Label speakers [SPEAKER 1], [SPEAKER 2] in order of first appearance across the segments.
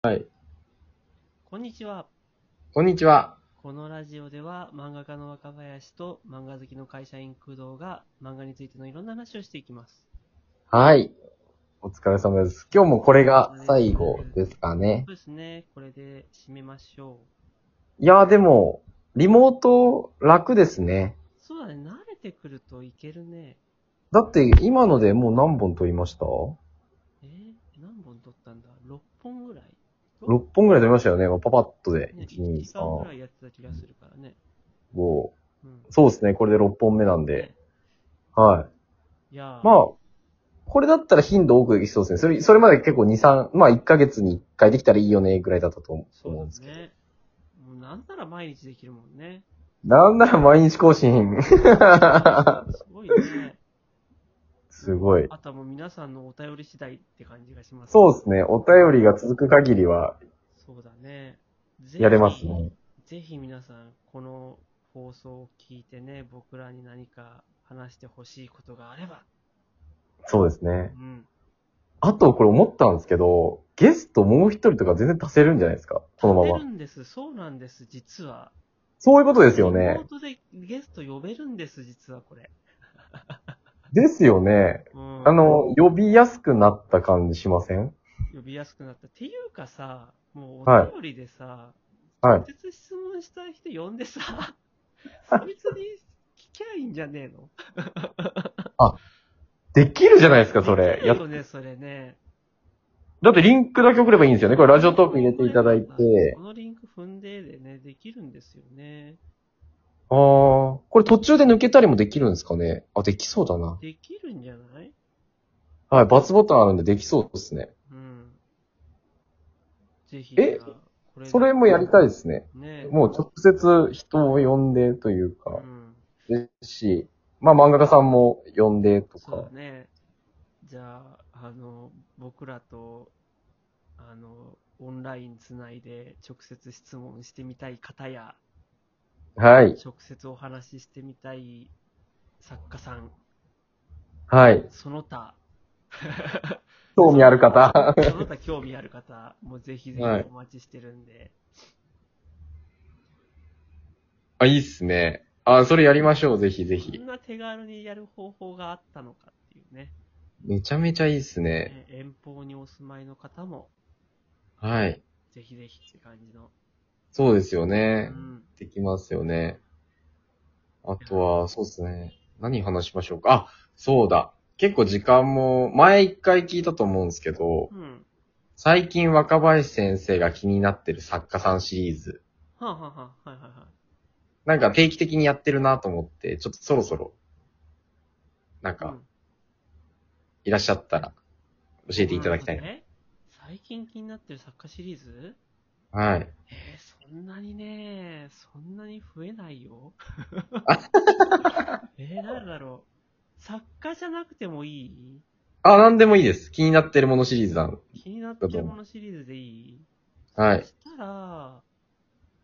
[SPEAKER 1] はい。
[SPEAKER 2] こんにちは。
[SPEAKER 1] こんにちは。
[SPEAKER 2] このラジオでは漫画家の若林と漫画好きの会社員工藤が漫画についてのいろんな話をしていきます。
[SPEAKER 1] はい。お疲れ様です。今日もこれが最後ですかね
[SPEAKER 2] そ。うですね。これで締めましょ
[SPEAKER 1] いやーでも、リモート楽ですね。
[SPEAKER 2] う。そうだね。慣れてくるといけるね。
[SPEAKER 1] だって今のでもう何本撮りました ?6
[SPEAKER 2] えー、何本撮ったんだ ?6 本ぐらい
[SPEAKER 1] 本ぐらい撮りましたよね。まあパパッとで。
[SPEAKER 2] ね、
[SPEAKER 1] 1、
[SPEAKER 2] 1、
[SPEAKER 1] 2、
[SPEAKER 2] 2 3ぐら
[SPEAKER 1] 3、
[SPEAKER 2] いやってた気がするからね。
[SPEAKER 1] 5。
[SPEAKER 2] うん。
[SPEAKER 1] そうですね。これで6本目なんで
[SPEAKER 2] ね。
[SPEAKER 1] はい
[SPEAKER 2] や
[SPEAKER 1] い。
[SPEAKER 2] ー
[SPEAKER 1] まあ、これだったら頻度多くできそうですね。それ、それまで結構2、3、まあ1ヶ月に1回できたらいいよね、ぐらいだったと思
[SPEAKER 2] そう
[SPEAKER 1] うん
[SPEAKER 2] だ
[SPEAKER 1] ですけど。
[SPEAKER 2] ね。もうなんなら毎日できるもん ね。
[SPEAKER 1] なんなら毎日更新。
[SPEAKER 2] すごいね。
[SPEAKER 1] すごい。
[SPEAKER 2] あとはもう皆さんのお便り次第って感じがします、
[SPEAKER 1] そうですね。お便りが続く限りは
[SPEAKER 2] そうだね。ぜひ
[SPEAKER 1] やれますね。
[SPEAKER 2] ぜひ皆さん、この放送を聞いてね、僕らに何か話してほしいことがあれば。
[SPEAKER 1] そうです
[SPEAKER 2] う
[SPEAKER 1] ね。
[SPEAKER 2] ん。
[SPEAKER 1] あと、これ思ったんですけど、ゲストもう一人とか全然足せるんじゃないですかこのま
[SPEAKER 2] 立て
[SPEAKER 1] ま。
[SPEAKER 2] るんです、そうなんです、実は。
[SPEAKER 1] そういうことですよ
[SPEAKER 2] リ
[SPEAKER 1] ね
[SPEAKER 2] モー。トでゲスト呼べるんです、実はこれ。
[SPEAKER 1] ですよね。
[SPEAKER 2] うん。
[SPEAKER 1] あ、の、呼びやすくなった感じしません
[SPEAKER 2] 呼びやすくなった。っていうかさ、もう
[SPEAKER 1] はい
[SPEAKER 2] お便りでさ、
[SPEAKER 1] はい
[SPEAKER 2] 直。接質問したい人呼んでさ、 そいつに聞きゃいいんじゃねえの
[SPEAKER 1] できるじゃないですか、それ
[SPEAKER 2] い。い
[SPEAKER 1] や
[SPEAKER 2] よね、それね。
[SPEAKER 1] だってリンクだけ送ればいいんですよね。これラジオトーク入れていただいて
[SPEAKER 2] こ。のリンク踏んででね、できるんですよね。
[SPEAKER 1] あー、これ途中で抜けたりもできるんですかねあ、できそうだな。
[SPEAKER 2] できるんじゃない
[SPEAKER 1] はい、バツボタンあるんでできそうですね。
[SPEAKER 2] うん。ぜひ。
[SPEAKER 1] え
[SPEAKER 2] じゃあこ
[SPEAKER 1] それもやりたいですね。
[SPEAKER 2] ね
[SPEAKER 1] もう直接人を呼んでというか。
[SPEAKER 2] うん。
[SPEAKER 1] ですし、まあ漫画家さんも呼んでと
[SPEAKER 2] そうだ。
[SPEAKER 1] か
[SPEAKER 2] ね。じゃあ、あの、僕らと、あの、オンラインつないで直接質問してみたい方や、
[SPEAKER 1] はい。
[SPEAKER 2] 直接お話ししてみたい作家さん、
[SPEAKER 1] はい。
[SPEAKER 2] その他、
[SPEAKER 1] 興味ある方。
[SPEAKER 2] その他興味ある方、もうぜひぜひ
[SPEAKER 1] はい
[SPEAKER 2] お待ちしてるんで、
[SPEAKER 1] あ、いいっすね。あ、それやりましょう。ぜひぜ
[SPEAKER 2] こん。な手軽にやる方法があったのかっていうね、
[SPEAKER 1] めちゃめちゃいいっすね。
[SPEAKER 2] え遠方にお住まいの方も、
[SPEAKER 1] はい。
[SPEAKER 2] ぜひぜひって感じの。
[SPEAKER 1] そうですよ
[SPEAKER 2] う
[SPEAKER 1] ね。
[SPEAKER 2] ん。
[SPEAKER 1] できますよね。あとは、そうですね。何話しましょうか。あ、そうだ。結構時間も、前一回聞いたと思うんですけど、
[SPEAKER 2] うん。
[SPEAKER 1] 最近若林先生が気になってる作家さんシリーズ。
[SPEAKER 2] はあ、はあはあ、はいはいは
[SPEAKER 1] なんか定期的にやってるなと思って、ちょっとそろそろ、なん
[SPEAKER 2] い。う
[SPEAKER 1] か
[SPEAKER 2] ん、
[SPEAKER 1] いらっしゃったら、教えていただきたいな。
[SPEAKER 2] え最近気になってる作家シリーズ
[SPEAKER 1] は
[SPEAKER 2] え
[SPEAKER 1] い。
[SPEAKER 2] ー、そんなにね、そんなに増えない よ。えー、なんだろう。作家じゃなくてもいい
[SPEAKER 1] あ、なんでもいいです。気になってるものシリーズさん。
[SPEAKER 2] 気になってるものシリーズでいい
[SPEAKER 1] はい
[SPEAKER 2] そ。したら、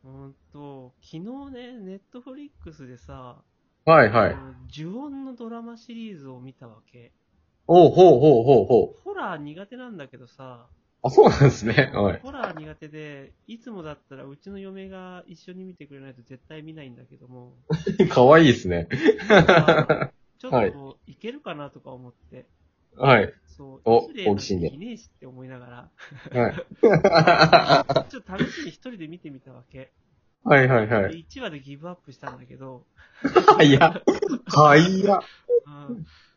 [SPEAKER 2] うーんと、昨日ね、ネットフリックスでさ、
[SPEAKER 1] はいはい
[SPEAKER 2] あ。の呪音のドラマシリーズを見たわけ。
[SPEAKER 1] おうほうほうほうほ
[SPEAKER 2] ホラー苦手なんだけどさ、
[SPEAKER 1] う。あ、そうなんですね。はい。
[SPEAKER 2] ホラー苦手で、いつもだったらうちの嫁が一緒に見てくれないと絶対見ないんだけど も、
[SPEAKER 1] かわいいですね。
[SPEAKER 2] あちょっと、
[SPEAKER 1] はい
[SPEAKER 2] いけるかなとか思って、
[SPEAKER 1] はい。
[SPEAKER 2] そう、
[SPEAKER 1] お
[SPEAKER 2] 綺麗
[SPEAKER 1] 好
[SPEAKER 2] な
[SPEAKER 1] 奇心で
[SPEAKER 2] イメージって思いな が
[SPEAKER 1] はい。
[SPEAKER 2] ら、ちょっと試しに一人で見てみたわけ。
[SPEAKER 1] はいはいは
[SPEAKER 2] で
[SPEAKER 1] い。
[SPEAKER 2] 1話でギブアップしたんだけど、
[SPEAKER 1] いや。はいや。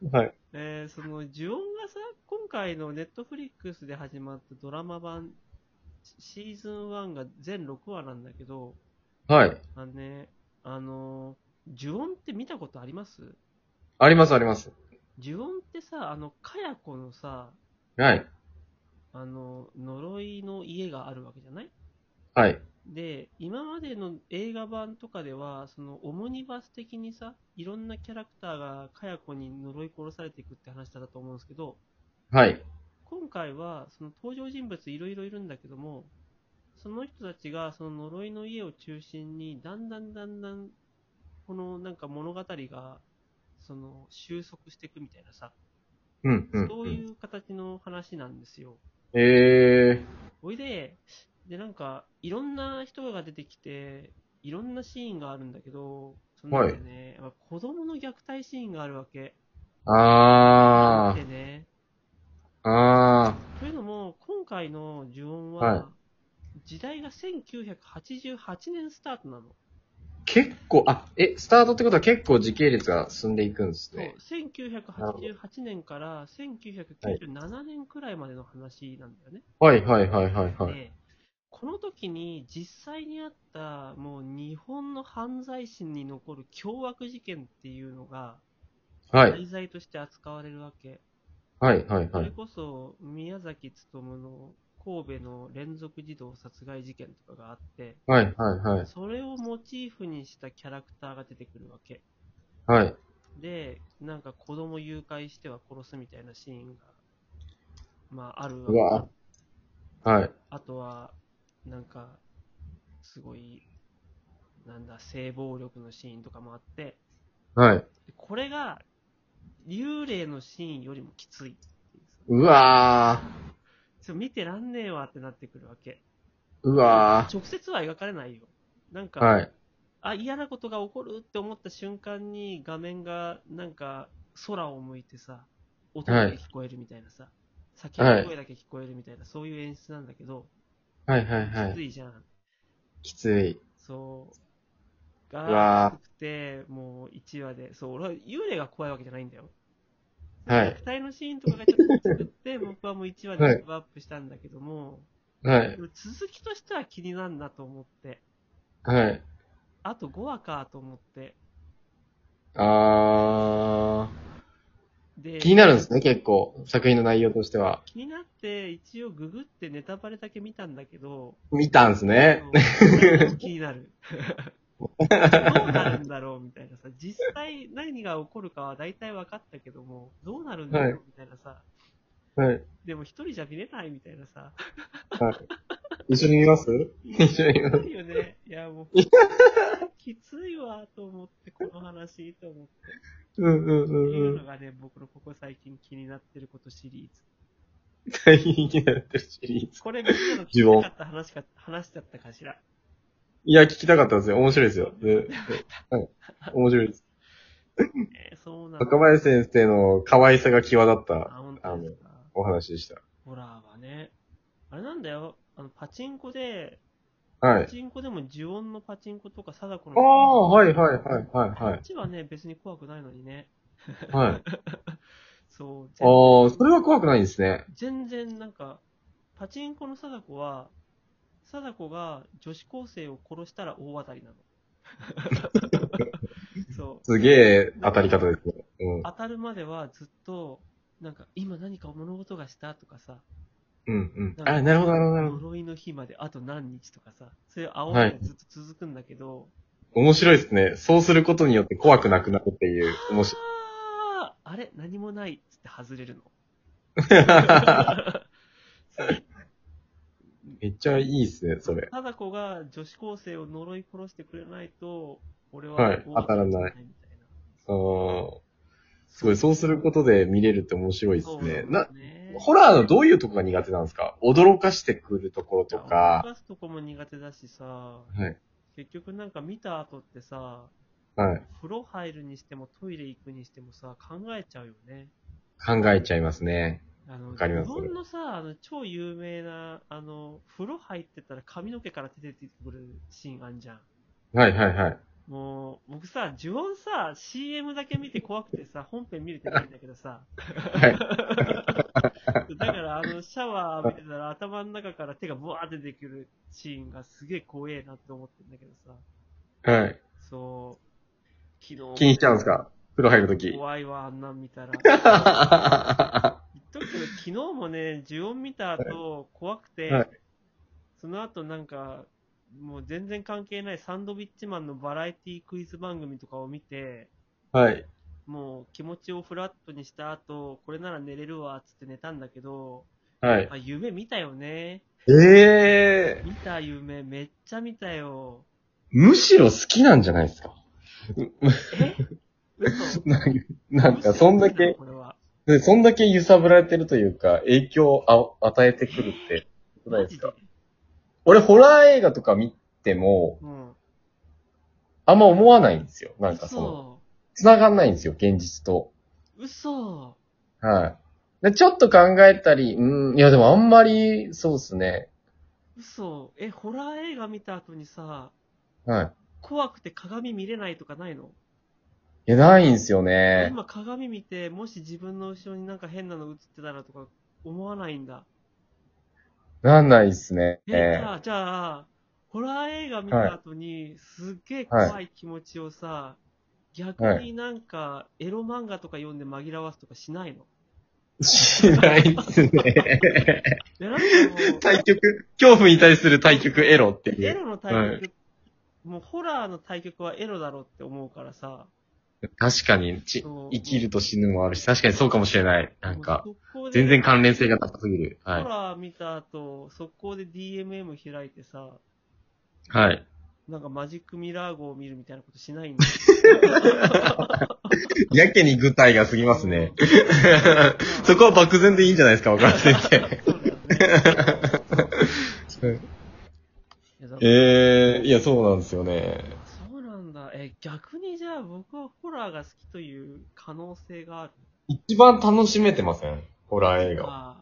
[SPEAKER 2] うん
[SPEAKER 1] はい。
[SPEAKER 2] えーその呪音がさ、今回のネットフリックスで始まったドラマ版、シーズン1が全6話なんだけど、
[SPEAKER 1] はい。
[SPEAKER 2] あのね、あのー、呪音って見たことあります
[SPEAKER 1] ありますあります。
[SPEAKER 2] 呪音ってさ、あの、かやこのさ、
[SPEAKER 1] はい。
[SPEAKER 2] あの、呪いの家があるわけじゃない
[SPEAKER 1] はい。
[SPEAKER 2] で、今までの映画版とかでは、そのオムニバス的にさ、いろんなキャラクターがかやこに呪い殺されていくって話だったと思うんですけど、
[SPEAKER 1] はい。
[SPEAKER 2] 今回はその登場人物いろいろいるんだけどもその人たちがその呪いの家を中心にだんだんだんだんこのなんか物語がその収束していくみたいなさ、
[SPEAKER 1] うんうん。
[SPEAKER 2] そう
[SPEAKER 1] うん
[SPEAKER 2] いう形の話なんですよ
[SPEAKER 1] ええ
[SPEAKER 2] ほいで、で、なんか、いろんな人が出てきて、いろんなシーンがあるんだけど、その中でね、やっぱ子供の虐待シーンがあるわけ。
[SPEAKER 1] ー。あ
[SPEAKER 2] でね。
[SPEAKER 1] あ。ああ。
[SPEAKER 2] というのも、今回の呪音
[SPEAKER 1] はい
[SPEAKER 2] は、時代が1988年スタートなの。
[SPEAKER 1] 結構、あ、え、スタートってことは結構時系列が進んでいくんです
[SPEAKER 2] そう
[SPEAKER 1] ね。、
[SPEAKER 2] 1988年から1997年くらいまでの話なんだよね。
[SPEAKER 1] はいはいはいはいはい。
[SPEAKER 2] で、この時に実際にあった、もう日本の犯罪史に残る凶悪事件っていうのが、
[SPEAKER 1] はい
[SPEAKER 2] 題材として扱われるわけ。
[SPEAKER 1] はいはい
[SPEAKER 2] そ
[SPEAKER 1] は
[SPEAKER 2] れ
[SPEAKER 1] い。
[SPEAKER 2] こそ、宮崎勤の神戸の連続児童殺害事件とかがあって、
[SPEAKER 1] はいはいはい。
[SPEAKER 2] それをモチーフにしたキャラクターが出てくるわけ。
[SPEAKER 1] はい。
[SPEAKER 2] で、なんか子供誘拐しては殺すみたいなシーンが、まあある
[SPEAKER 1] うわはい。
[SPEAKER 2] あとは、なんか、すごい、なんだ、性暴力のシーンとかもあって、
[SPEAKER 1] はい。
[SPEAKER 2] これが、幽霊のシーンよりもきつい。
[SPEAKER 1] うわー。
[SPEAKER 2] そう見てらんねえわってなってくるわけ。
[SPEAKER 1] うわ
[SPEAKER 2] 直接は描かれないよ。なん
[SPEAKER 1] ー。
[SPEAKER 2] か、
[SPEAKER 1] はい。
[SPEAKER 2] あ、嫌なことが起こるって思った瞬間に画面がなんか空を向いてさ、音だけ聞こえるみたいなさ、叫び声だけ聞こえるみたいな、そういう演出なんだけど、
[SPEAKER 1] はいはいは
[SPEAKER 2] きつ
[SPEAKER 1] い。
[SPEAKER 2] いじゃん。
[SPEAKER 1] きつい。
[SPEAKER 2] そう。
[SPEAKER 1] うわ
[SPEAKER 2] が
[SPEAKER 1] ー、
[SPEAKER 2] きつくて、もう1話で、そう、俺は幽霊が怖いわけじゃないんだよ。
[SPEAKER 1] はい
[SPEAKER 2] 虐待のシーンとかがちょっと作っ て、僕はもう1話で
[SPEAKER 1] は
[SPEAKER 2] レ
[SPEAKER 1] い
[SPEAKER 2] ベルアップしたんだけども、
[SPEAKER 1] はい
[SPEAKER 2] で。も続きとしては気になるなと思って、
[SPEAKER 1] はい。
[SPEAKER 2] あと5話かと思って、
[SPEAKER 1] あ
[SPEAKER 2] で、
[SPEAKER 1] ー。気になるんですね、結構。作品の内容としては。
[SPEAKER 2] 気になって、一応ググってネタバレだけ見たんだけど、
[SPEAKER 1] 見たんですね。
[SPEAKER 2] そう気になる。どうなるんだろうみたいなさ、実際何が起こるかは大体分かったけども、どうなるんだろ
[SPEAKER 1] は
[SPEAKER 2] うみたいなさ、
[SPEAKER 1] はい。
[SPEAKER 2] でも一人じゃ見れないみたいな さ、
[SPEAKER 1] 一緒に見ます一緒に見ます
[SPEAKER 2] いいよね。いやもう、きついわと思って、この話と思って、
[SPEAKER 1] うんうん
[SPEAKER 2] って
[SPEAKER 1] う
[SPEAKER 2] いうん
[SPEAKER 1] う
[SPEAKER 2] の
[SPEAKER 1] ん。
[SPEAKER 2] がね、僕のここ最近気になってることシリーズ。
[SPEAKER 1] 大変になってるシリーズ。
[SPEAKER 2] これみんなの聞きたかった話か、話しちゃったかしら。
[SPEAKER 1] いや、聞きたかったですよ。面白いですよ。でではい、面白いです。
[SPEAKER 2] えーそうな
[SPEAKER 1] 若
[SPEAKER 2] の。
[SPEAKER 1] 林先生の可愛さが際立った
[SPEAKER 2] あ、本当ですか。
[SPEAKER 1] お話でした。
[SPEAKER 2] ホラーはね、あれなんだよ、あのパチンコで、
[SPEAKER 1] は
[SPEAKER 2] パ
[SPEAKER 1] い。
[SPEAKER 2] チンコでも呪音のパチンコとか貞子の
[SPEAKER 1] ああ、はいはいはいはい
[SPEAKER 2] こ
[SPEAKER 1] は
[SPEAKER 2] っちはね、別に怖くないのにね。
[SPEAKER 1] い。はい。あ
[SPEAKER 2] そう、
[SPEAKER 1] あー、それは怖くないですね。
[SPEAKER 2] 全然なんか、パチンコの貞子は、貞子が女子高生を殺したら大当たりな の。そう。
[SPEAKER 1] すげえ当たり方ですね。うん。
[SPEAKER 2] 当たるまではずっと、なんか、今何か物事がしたとかさ、
[SPEAKER 1] うんうん。あ、なるほどなるほどなるほど。
[SPEAKER 2] 呪いの日まであと何日とかさ、そういう青いがずっと続くんだけど、
[SPEAKER 1] 面白いですね。そうすることによって怖くなくなるっていう、面白い。
[SPEAKER 2] あーあれ何もないっつって外れるの。そう
[SPEAKER 1] めっちゃいいですね、 それ。
[SPEAKER 2] 貞子が女子高生を呪い殺してくれないと、俺は
[SPEAKER 1] はい当たらない
[SPEAKER 2] みたいな。
[SPEAKER 1] あーすごい、そうすることで見れるって面白いで
[SPEAKER 2] そ
[SPEAKER 1] す
[SPEAKER 2] う
[SPEAKER 1] ね。
[SPEAKER 2] な
[SPEAKER 1] な、
[SPEAKER 2] んだよね
[SPEAKER 1] ホラーのどういうとこが苦手なんですか驚かしてくるところと
[SPEAKER 2] 動
[SPEAKER 1] か。
[SPEAKER 2] かすとこも苦手だしさ、
[SPEAKER 1] はい。
[SPEAKER 2] 結局なんか見た後ってさ、
[SPEAKER 1] はい。
[SPEAKER 2] 風呂入るにしてもトイレ行くにしてもさ、考えちゃうよね。
[SPEAKER 1] 考えちゃいますね。
[SPEAKER 2] あの、
[SPEAKER 1] わかります
[SPEAKER 2] 日本のさ、あの、超有名な、あの、風呂入ってたら髪の毛から手出てくるシーンあんじゃん。
[SPEAKER 1] はいはいはい。
[SPEAKER 2] もう、僕さ、呪音さ、CM だけ見て怖くてさ、本編見れてないんだけどさ。
[SPEAKER 1] はい。
[SPEAKER 2] だから、あの、シャワー浴びてたら頭の中から手がブワーって出てくるシーンがすげえ怖えなって思ってんだけどさ。
[SPEAKER 1] はい。
[SPEAKER 2] そう、昨日。
[SPEAKER 1] 気にしちゃうんですか風呂入るとき。
[SPEAKER 2] 怖いわ、あんなん見たら。
[SPEAKER 1] は
[SPEAKER 2] 言っとくけど、昨日もね、呪音見た後、怖くて、
[SPEAKER 1] はい
[SPEAKER 2] その後なんか、もう全然関係ないサンドビッチマンのバラエティクイズ番組とかを見て、
[SPEAKER 1] い。
[SPEAKER 2] もう気持ちをフラットにした後、これなら寝れるわ、つって寝たんだけど、
[SPEAKER 1] はい。
[SPEAKER 2] あ、夢見たよね。
[SPEAKER 1] ええ
[SPEAKER 2] 見た夢、めっちゃ見たよ。
[SPEAKER 1] むしろ好きなんじゃないですか
[SPEAKER 2] え嘘
[SPEAKER 1] なんか、なんかそんだけ、
[SPEAKER 2] これは。
[SPEAKER 1] で、そんだけ揺さぶられてるというか、影響をあ与えてくるって、ことないですか
[SPEAKER 2] マジ
[SPEAKER 1] 俺、ホラー映画とか見ても、
[SPEAKER 2] うん。
[SPEAKER 1] あんま思わないんですよ。なんかその、繋がんないんですよ、現実と。
[SPEAKER 2] 嘘。
[SPEAKER 1] はい。で、ちょっと考えたり、うん、いやでもあんまり、そうですね。
[SPEAKER 2] 嘘。嘘。え、ホラー映画見た後にさ、
[SPEAKER 1] はい。
[SPEAKER 2] 怖くて鏡見れないとかないの、
[SPEAKER 1] いや、ないんですよね。
[SPEAKER 2] 今鏡見て、もし自分の後ろになんか変なの映ってたらとか思わないんだ。
[SPEAKER 1] なんないっすね。
[SPEAKER 2] え
[SPEAKER 1] え
[SPEAKER 2] さあじゃあ、ホラー映画見た後に、すっげえ怖い気持ちをさ、逆になんか、エロ漫画とか読んで紛らわすとかしないの
[SPEAKER 1] しないっすね。
[SPEAKER 2] えなんか もう
[SPEAKER 1] 対局、恐怖に対する対局エロってい
[SPEAKER 2] エ
[SPEAKER 1] う。
[SPEAKER 2] ロの対局、もうホラーの対局はエロだろうって思うからさ、
[SPEAKER 1] 確かに、ち
[SPEAKER 2] そう
[SPEAKER 1] 生きると死ぬもあるし、確かにそうかもしれない。なんか、
[SPEAKER 2] もう速攻で
[SPEAKER 1] 全然関連性が高すぎる。
[SPEAKER 2] ホ
[SPEAKER 1] は
[SPEAKER 2] ラー見た後、速攻で DMM 開いてさ、
[SPEAKER 1] い。 はい。
[SPEAKER 2] なんかマジックミラー号を見るみたいなことしないんだよ。
[SPEAKER 1] やけに具体が過ぎますね。 そこは漠然でいいんじゃないですか、若林 先
[SPEAKER 2] そうだよね
[SPEAKER 1] 生。
[SPEAKER 2] いやだから
[SPEAKER 1] ええいや、そうなんですよね。
[SPEAKER 2] そうなんだ。え、逆にじゃあ僕はホラーが好きという可能性がある。
[SPEAKER 1] 一番楽しめてませんホラー映画を。
[SPEAKER 2] あ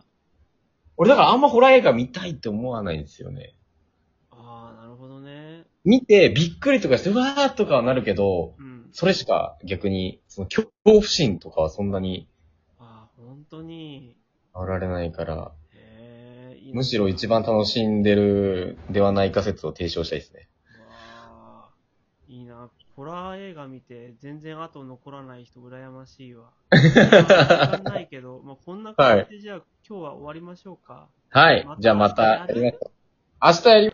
[SPEAKER 1] 俺だからあんまホラー映画見たいって思わないんですよね。
[SPEAKER 2] ーあー、なるほどね。
[SPEAKER 1] 見て、びっくりとかして、うわーとかはなるけど、
[SPEAKER 2] うん。
[SPEAKER 1] それしか逆に、その恐怖心とかはそんなに
[SPEAKER 2] ああ、本当に。
[SPEAKER 1] あられないから、
[SPEAKER 2] へえ、いいな
[SPEAKER 1] むしろ一番楽しんでるではないか説を提唱したいですね。
[SPEAKER 2] わあいいな。ホラー映画見て全然後残らない人羨ましい わ。時間ないけど、まあ、こんな感じでじゃあ今日は終わりましょうか。
[SPEAKER 1] はい。じゃあまたやりましょう。明日やり